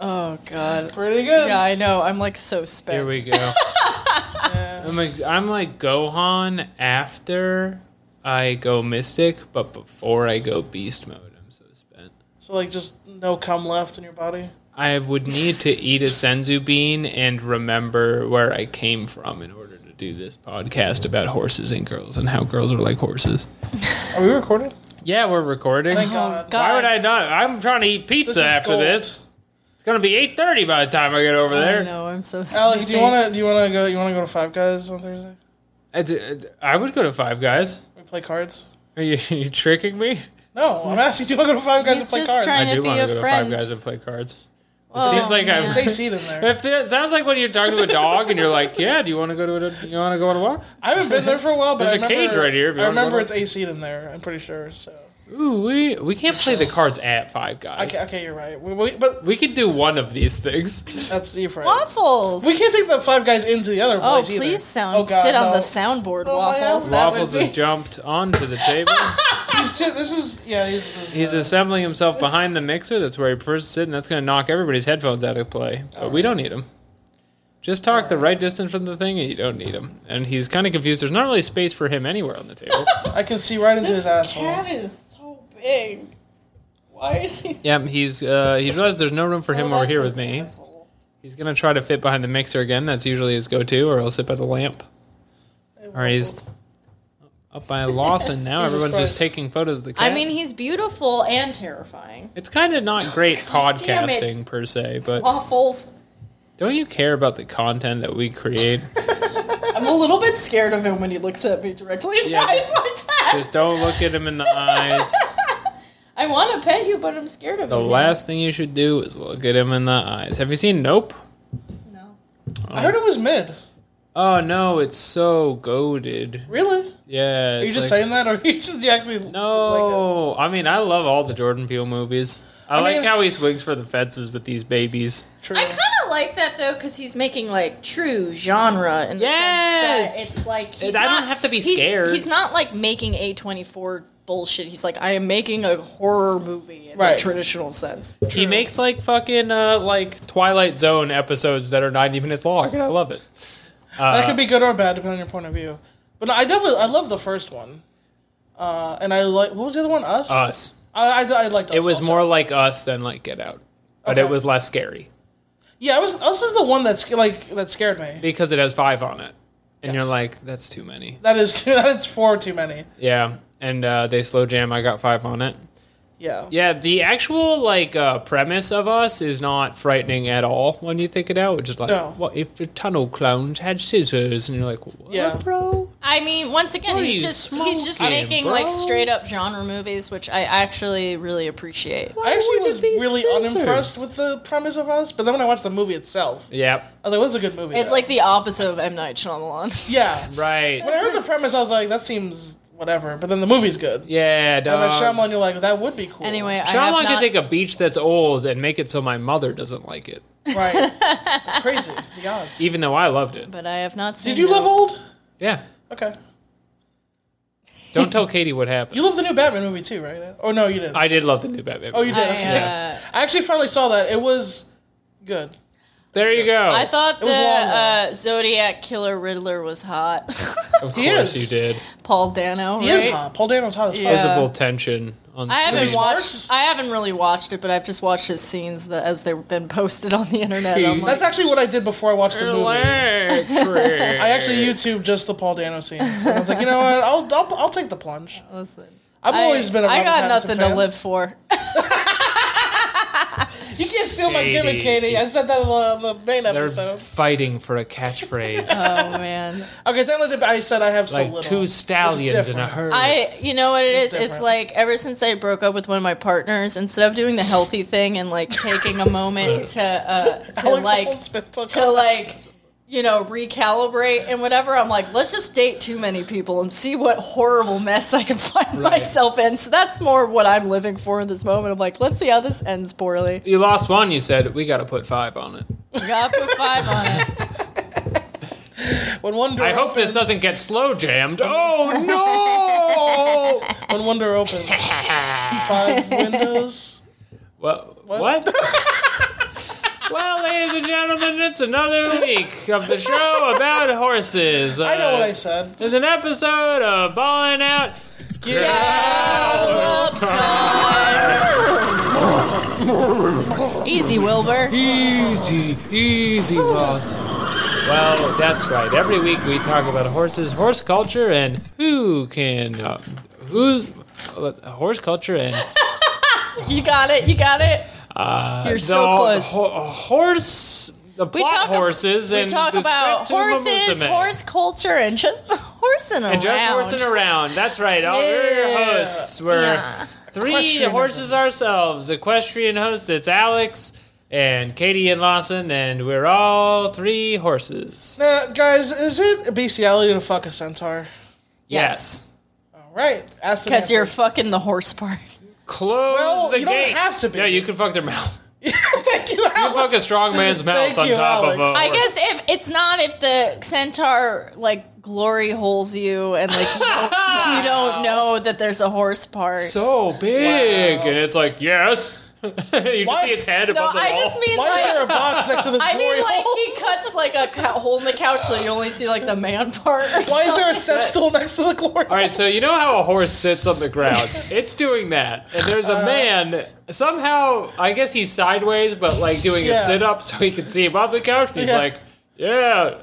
Oh God. Pretty good. Yeah, I know. I'm like so spent. Here we go. I'm like I'm like Gohan after I go Mystic, but before I go Beast mode. I'm so spent. So like just no cum left in your body. I would need to eat a senzu bean and remember where I came from in order to do this podcast about horses and girls and how girls are like horses. Are we recording? Yeah, we're recording. Thank God. God. Why would I not? I'm trying to eat pizza This is after gold. this. It's gonna be eight thirty by the time I get over I there. know. I'm so. Alex, do you sleepy. wanna do you wanna go you wanna go to Five Guys on Thursday? I, d- I would go to Five Guys. We play cards. Are you, are you tricking me? No, I'm asking. Do you want to go to Five Guys He's and play just cards? trying- I to do be want to a go to Five friend. Guys and play cards. Oh, seems like I'm- It's man. AC in there. It feels, sounds like when you're talking to a dog and you're like, "Yeah, do you want to go to a, you want to go on a walk?" I haven't been there for a while, but There's I a remember, cage right here if you I wanna go remember to- it's AC in there. I'm pretty sure. So Ooh, we we can't play the cards at Five Guys. okay, okay, you're right. We, we, but We could do one of these things. that's you're right. waffles? We can't take the Five Guys into the other oh, place either. please sound. Oh, God, sit on no. the soundboard, Oh, my waffles. ass. That would Waffles would be- has jumped onto the table. He's too, this is yeah. He's, this is, He's uh, assembling himself behind the mixer. That's where he prefers to sit, and that's going to knock everybody's headphones out of play. But we don't need them. Just talk the right distance from the thing, and you don't need him. And he's kind of confused. There's not really space for him anywhere on the table. I can see right into his asshole. is so big. Why is he? Oh, yeah, he's uh, he's realized there's no room for him over here with me. He's going to try to fit behind the mixer again. That's usually his go-to, or he'll sit by the lamp. Or he's up by Lawson now. Jesus Everyone's Christ. just taking photos of the cat. I mean, he's beautiful and terrifying. it's kind of not great damn it. podcasting per se, but Waffles. don't you care about the content that we create? I'm a little bit scared of him when he looks at me directly in the Yeah, eyes like that. Just don't look at him in the eyes. I want to pet you, but I'm scared of The him. last thing you should do is look at him in the eyes. Have you seen Nope? No. I heard it was mid. Oh no, it's so goaded. Really? Yeah. Are you it's just like- saying that, or are you just actually Like No, I mean I love all the Jordan Peele movies. I, I like mean- how he swings for the fences with these babies. a, true. I kind of like that though, because he's making like true genre in the Yes! sense that it's like he's I don't not- have to be he's- scared. He's not like making a twenty four bullshit. He's like, I am making a horror movie in a Right. traditional sense. He makes like fucking uh, like Twilight Zone episodes that are 90 minutes long, and I love it. that Uh. could be good or bad depending on your point of view. But I definitely I love the first one, uh, and I like what was the other one? Us. Us. I, I, I liked Us. Uh, It was also. more like Us than like Get Out, but it Okay. was less scary Yeah, it was Us is the one that's like that scared me. because it has five on it, Yes. and you're like, that's too many. That is too. That is four too many. Yeah, and uh, they slow jam. I got five on it. Yeah. Yeah, the actual like uh, premise of us is not frightening at all when you think it out. It's just like, No. what if the tunnel clowns had scissors? And you're like, what, Yeah. bro? I mean, once again, What are he's you just he's just smoking, making bro? like straight up genre movies, which I actually really appreciate. I actually would it was be really scissors? unimpressed with the premise of Us, but then when I watched the movie itself, Yep. I was like, "This is a good movie." It's though." like the opposite of M Night Shyamalan. yeah. Right. When I heard the premise, I was like, "That seems whatever," but then the movie's good. Yeah, And then dog. Shyamalan, you're like, "That would be cool." Anyway, I have Shyamalan not, could take a beach that's old and make it so my mother doesn't like it, Right. It's crazy. The odds. even though I loved it. but I have not seen. Did you love Nope. old? Yeah. Okay. Don't tell Katie what happened. You love the new Batman movie too, right? Oh no, you didn't. I did love the new Batman. Oh, you did. I, okay. uh, I actually finally saw that. It was good. there you go. I thought the was long, though. uh, Zodiac killer Riddler was hot. of He course is. you did. Paul Dano. He right? is hot. Paul Dano's hot as fuck. Yeah. Visible tension on I haven't screen. watched. Sparks? I haven't really watched it, but I've just watched his scenes that, as they've been posted on the internet. I'm like, That's actually what I did before I watched the movie. I Electric. actually YouTube just the Paul Dano scenes. And I was like, you know what? I'll I'll, I'll take the plunge. listen, I've I- always been a I Robert got Pattinson nothing fan. to live for. You can't steal my Katie. gimmick, Katie. I said that on the, on the main They're episode. fighting for a catchphrase. Oh man, Okay, technically, I said I have so like little. two stallions in a different. herd. I you know what it is? It's different. like ever since I broke up with one of my partners, instead of doing the healthy thing and like taking a moment to uh, to Alex like almost been took to out. like you know recalibrate and whatever i'm like let's just date too many people and see what horrible mess i can find myself in so that's more what i'm living for in this moment i'm like let's see how this ends poorly you lost one. You said we got to put five on it. You gotta put five on it when one door I hope this opens- doesn't get slow jammed. Oh no! When one door opens, five windows. well, what? well, Ladies and gentlemen, it's another week of the show about horses. I know what I Uh, said. There's an episode of Ballin' Out. Easy, Wilbur. Easy, easy, Ross. Well, that's right. Every week we talk about horses, horse culture, and who can, uh, who's uh, horse culture and You got it. You got it. uh, You're so the close. ho- horse, the plot talk ab- horses, We and talk the about Scriptum horses, Homosume. horse culture, and just the horsing around. and just horsing around. That's right. All we're Yeah. your hosts. We're Yeah. three Equestrianism. horses ourselves. Equestrian hosts. It's Alex and Katie and Lawson, and we're all three horses. Now, guys, is it bestiality to fuck a centaur? Yes. All right. Ask the Because answer. you're fucking the horse part. Close Well, the you don't gates. have to be. Yeah, you can fuck their mouth. Thank you, You can fuck Alex. a strong man's mouth Thank on you, top of a. Alex. I horse. guess if it's not if the centaur like glory holes you and like you don't, you don't know that there's a horse part. so big, and it's like yes. you just Why- see its head no, above the I wall. just mean Why is there like a box next to this I glory mean like hole? he cuts like a cou- hole in the couch so you only see like the man part. Or Why is there something. a step stool next to the glory All right, so you know how a horse sits on the ground? It's doing that, and there's Uh, a man. Somehow, I guess he's sideways, but like doing a Yeah. sit up so he can see above the couch. He's Yeah. like, "Yeah,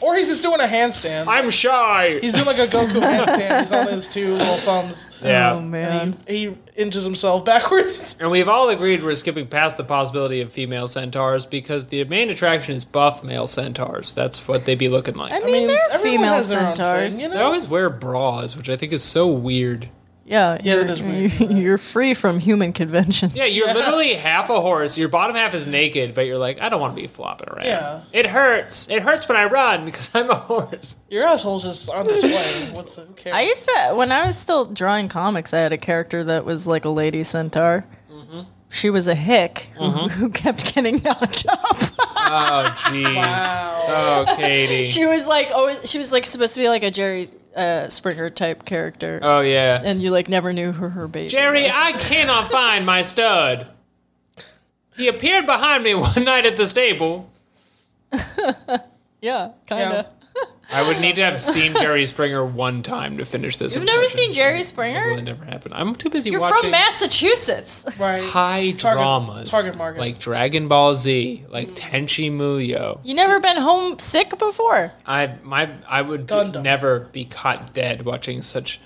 Or he's just doing a handstand. I'm shy." he's doing like a Goku handstand. He's on his two little thumbs. yeah, Oh man. And he, he inches himself backwards. and we've all agreed we're skipping past the possibility of female centaurs because the main attraction is buff male centaurs. That's what they be looking like. I mean, there are everyone female has their own centaurs. thing, you they know? always wear bras, which I think is so weird. Yeah, Yeah, you're, that is weird. you're free from human conventions. Yeah, you're literally half a horse. Your bottom half is naked, but you're like, I don't want to be flopping around. Yeah. It hurts. It hurts when I run because I'm a horse. Your asshole's just on display. What's who cares? I used to when I was still drawing comics, I had a character that was like a lady centaur. Mm-hmm. She was a hick who, who kept getting knocked up. Oh, jeez. Wow. Oh, Katie. she was like always, she was like supposed to be like a Jerry uh, Springer type character, Oh, yeah. and you like never knew who her baby. Jerry, was. I cannot find my stud. He appeared behind me one night at the stable. yeah, kind Yeah. of. I would need to have seen Jerry Springer one time to finish this. You've never impression. seen Jerry Well, It Springer? never happened. I'm too busy You're watching from Massachusetts. right. high Target- dramas, target market. like Dragon Ball Z, Mm. like Tenchi Muyo. You never been homesick before. I my I would Gundam. never be caught dead watching such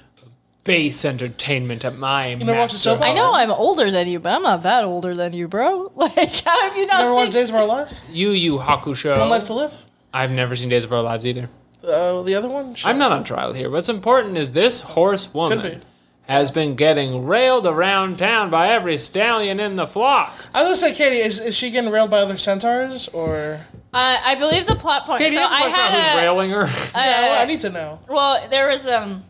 base entertainment at my you never watched soap I Oh. Uh-huh. know I'm older than you, but I'm not that older than you, bro. Like, how have you not Never seen? watched Days of Our Lives? Yu Yu Hakusho. One Life to Live? I've never seen Days of Our Lives either. Uh, the other one? Sure. I'm not on trial here. What's important is this horse Could woman be. has been getting railed around town by every stallion in the flock. I was gonna say, Katie, is, is she getting railed by other centaurs or? Uh, I believe the plot point. Katie, so you have a I question about who's had a, railing her? uh, Oh, I need to know. well, there was um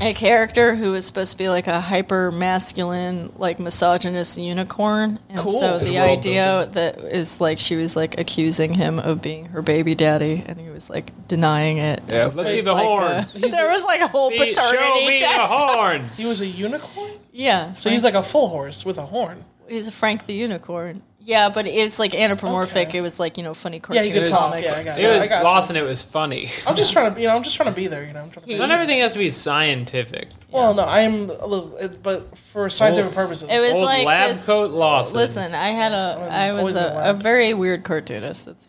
a character who was supposed to be like a hyper masculine, like misogynist unicorn, and Cool. so It's the world idea that is like she was like accusing him of being her baby daddy, and he was like denying it. yeah, let's see There's, the like, horn. a- there was like a whole See, show paternity me test. the horn. He was a unicorn, Yeah, so he's like a full horse with a horn. he's a Frank the unicorn. Yeah, but it's like anthropomorphic. Okay. It was like you know funny Yeah, cartoon he could talk. comics. Yeah, I got It was, it. I got you. Lawson, it was funny. I'm just trying to, you know, I'm just trying to be there. You know, I'm trying to. Be Not everything has to be scientific. Well, no, I am, a little, it, but for scientific Oh. purposes, It was Old like lab this- coat Lawson. Listen, I had a I was always a, a a lab. very weird cartoonist. That's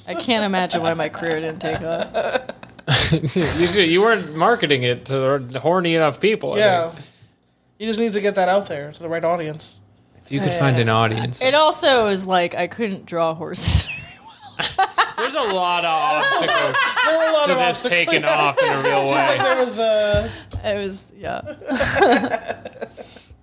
fine. I can't imagine why my career didn't take off. you, see, you weren't marketing it to the horny enough people. I yeah. think. You just need to get that out there to the right audience. If you could find an audience. It also is like I couldn't draw horses. There's a lot of obstacles There were a lot to of this obstacles. taking off in a real It's like way. there was a. it was yeah.